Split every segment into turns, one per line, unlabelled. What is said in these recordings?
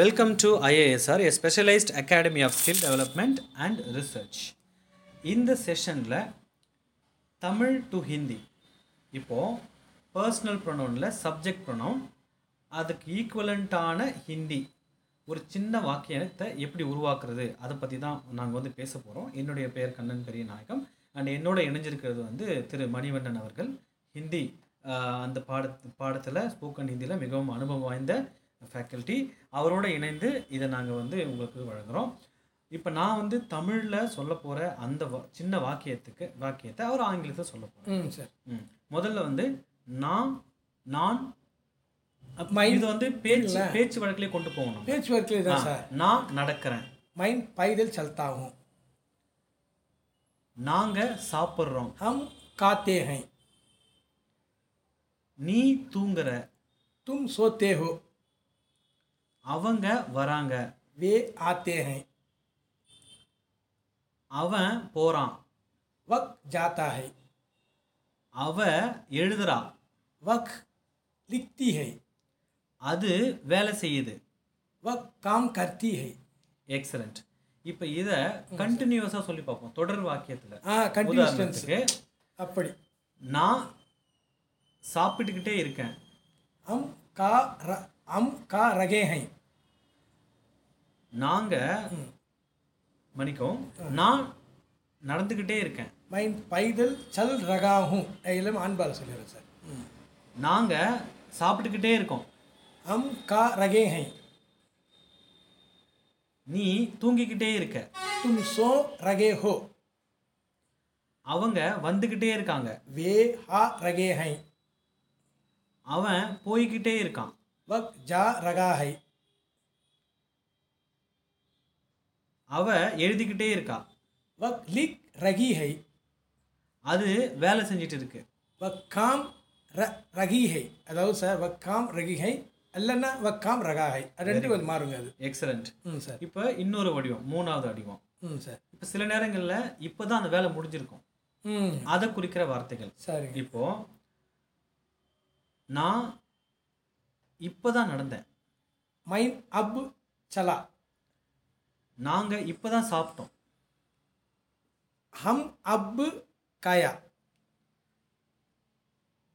Welcome to IASR, a specialized academy of skill development and research. In the sessionல Tamil to Hindi இப்போது personal ப்ரொனவுனில் subject pronoun அதுக்கு ஈக்குவலண்ட்டான ஹிந்தி ஒரு சின்ன வாக்கியத்தை எப்படி உருவாக்குறது அதை பற்றி தான் நாங்கள் வந்து பேச போகிறோம் என்னுடைய பெயர் கண்ணன் பெரிய நாயகம் அண்ட் என்னோட இணைஞ்சிருக்கிறது வந்து திரு மணிவண்ணன் அவர்கள் ஹிந்தி ஆஹ், அந்த பாட பாடத்தில் ஸ்போக்கன் ஹிந்தியில் மிகவும் அனுபவம் வாய்ந்த ஃபேக்கல்ட்டி அவரோட இணைந்து இதை நாங்கள் வந்து உங்களுக்கு வழங்குகிறோம் இப்போ நான் வந்து தமிழில் சொல்ல போகிற அந்த வா- சின்ன வாக்கியத்துக்கு வாக்கியத்தை அவர் ஆங்கிலத்தில் சொல்ல போகிறேன்
ம் சார்
ம். முதல்ல வந்து நான் நான் அப்ப
Mind
இது வந்து பேச்சு பேச்சு வழக்கிலே கொண்டு போகணும்
பேச்சுவார்த்தையில தான்
ஆ,
சார்
நான் நடக்கிறேன்
மைண்ட் பைதல் சல்தாகும்
நாங்க சாப்பிடுறோம்
ஹம் காத்தே ஹை
நீ தூங்குற
தும் சோத்தே ஹோ
அவங்க வராங்க
வே ஆத்தே ஹை
அவன் போறான்
வக் ஜாத்தா ஹை
அவ எழுதுறா
வக் லிக்தி ஹை
அது வேலை செய்யுது
வக் காம் கர்த்தி ஹை
எக்ஸலண்ட் இப்போ இதை கண்டினியூஸாக சொல்லி பார்ப்போம் தொடர் வாக்கியத்தில்
ஆ கண்டினியூஸ்
உதாரணத்துக்கு
அப்படி
நான் சாப்பிட்டுக்கிட்டே இருக்கேன்
ஹம் கா ர ஹம் கா ரகே ஹை
நாங்க மணிக்கும் நான் நடந்துக்கிட்டே இருக்கேன்
மைண்ட் பைதல் சல் ரகாகும் எல்லாம் ஆண்பால் சொல்லிடுறேன் சார் ம்.
நாங்க சாப்பிட்டுக்கிட்டே இருக்கோம்
ஹம் கா ரகே ஹை
நீ தூங்கிக்கிட்டே இருக்க
தும் சோ ரகே ஹோ
அவங்க வந்துக்கிட்டே இருக்காங்க
வே ஹா ரகே ஹை
அவன் போய்க்கிட்டே இருக்கான்
வக் ஜா ரகா ஹை
அவ எழுதிக்கிட்டே இருக்கா
वक लिख रगी है
அது வேலை செஞ்சுட்டு இருக்கு
वक काम र रगी है அதாவது சார் வக் காம் ரகி ஹை இல்லைன்னா வக் காம் ரகா ஹை அது ரெண்டு கொஞ்சம் மாறுங்க அது
எக்ஸலண்ட்
ம் சார்
இப்போ இன்னொரு வடிவம் மூணாவது வடிவம்
ம் சார்
இப்போ சில நேரங்களில் இப்போ தான் அந்த வேலை முடிஞ்சிருக்கும்
ம்
அதை குறிக்கிற வார்த்தைகள்
சரிங்க
இப்போ நான் இப்போ தான் நடந்தேன்
மைன் அப் சலா
நாங்கள் இப்போ தான் சாப்பிட்டோம்
ஹம் அப் காயா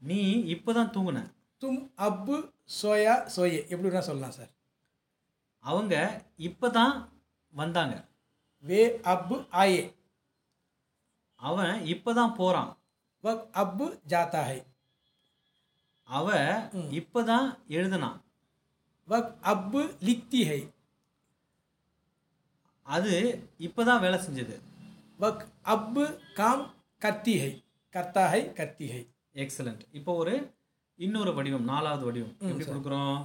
நீ இப்போ தான் தூங்குன
தும் அப் சோயா சோயே எப்படி வேணா சொல்லலாம் சார்
அவங்க இப்போ தான் வந்தாங்க
வே அப் ஆயே
அவன் இப்போ தான் போகிறான்
வக் அப் ஜாத்தா ஹை
அவ இப்போ தான் எழுதுனான்
வக் அப் லிக்தி ஹை
அது இப்போ தான் வேலை செஞ்சது
வக் அப் காம் கர்த்தி ஹை கர்த்தா ஹை கர்த்தி ஹை
எக்ஸலண்ட் இப்போ ஒரு இன்னொரு வடிவம் நாலாவது வடிவம் எப்படி கொடுக்குறோம்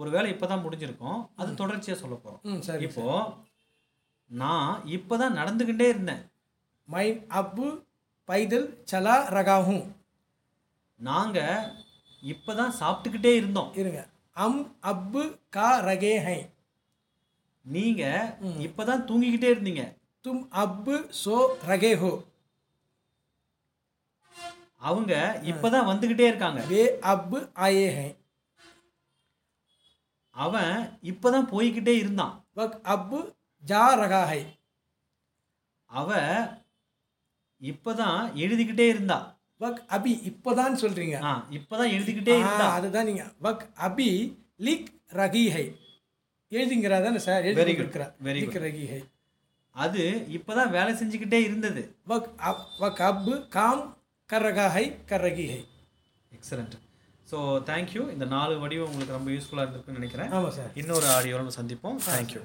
ஒரு வேலை இப்போ தான் முடிஞ்சிருக்கும் அது தொடர்ச்சியாக சொல்ல போகிறோம்
ம் சரி
இப்போ நான் இப்போ தான் நடந்துக்கிட்டே இருந்தேன்
मैं अब पैदल चला रहा हूँ
நாங்கள் இப்போ தான் சாப்பிட்டுக்கிட்டே இருந்தோம்
இருங்க हम अब का रगे हैं
நீங்கள் இப்போ தான் தூங்கிக்கிட்டே இருந்தீங்க
तुम अब सो रगे हो
அவங்க இப்போ தான் வந்துக்கிட்டே இருக்காங்க
वे अब आए हैं
அவன் இப்போ தான் போய்கிட்டே இருந்தான்
वक अब जा रहा है
அவ இப்போ தான் எழுதிக்கிட்டே இருந்தா
वक अभी இப்போதான் சொல்றீங்க
ஆ இப்போ தான் எழுதிக்கிட்டே
ஆ,
இருந்தா
அதுதான் நீங்க வக் அபி லிக் ரகி ஹை எழுதிங்கிறா தானே சார் எழுதி
Very good.
கொடுக்குறேன்
Very
லிக் ரகி ஹை
அது இப்போ தான் வேலை செஞ்சுக்கிட்டே இருந்தது
வக் அப் வக் அப் காம் கரகா ஹை கரகி ஹை
எக்ஸலண்ட் ஸோ தேங்க்யூ இந்த நாலு வடிவம் உங்களுக்கு ரொம்ப யூஸ்ஃபுல்லாக இருந்திருக்குன்னு நினைக்கிறேன்
ஆமாம் சார்
இன்னொரு ஆடியோவில் சந்திப்போம் தேங்க்யூ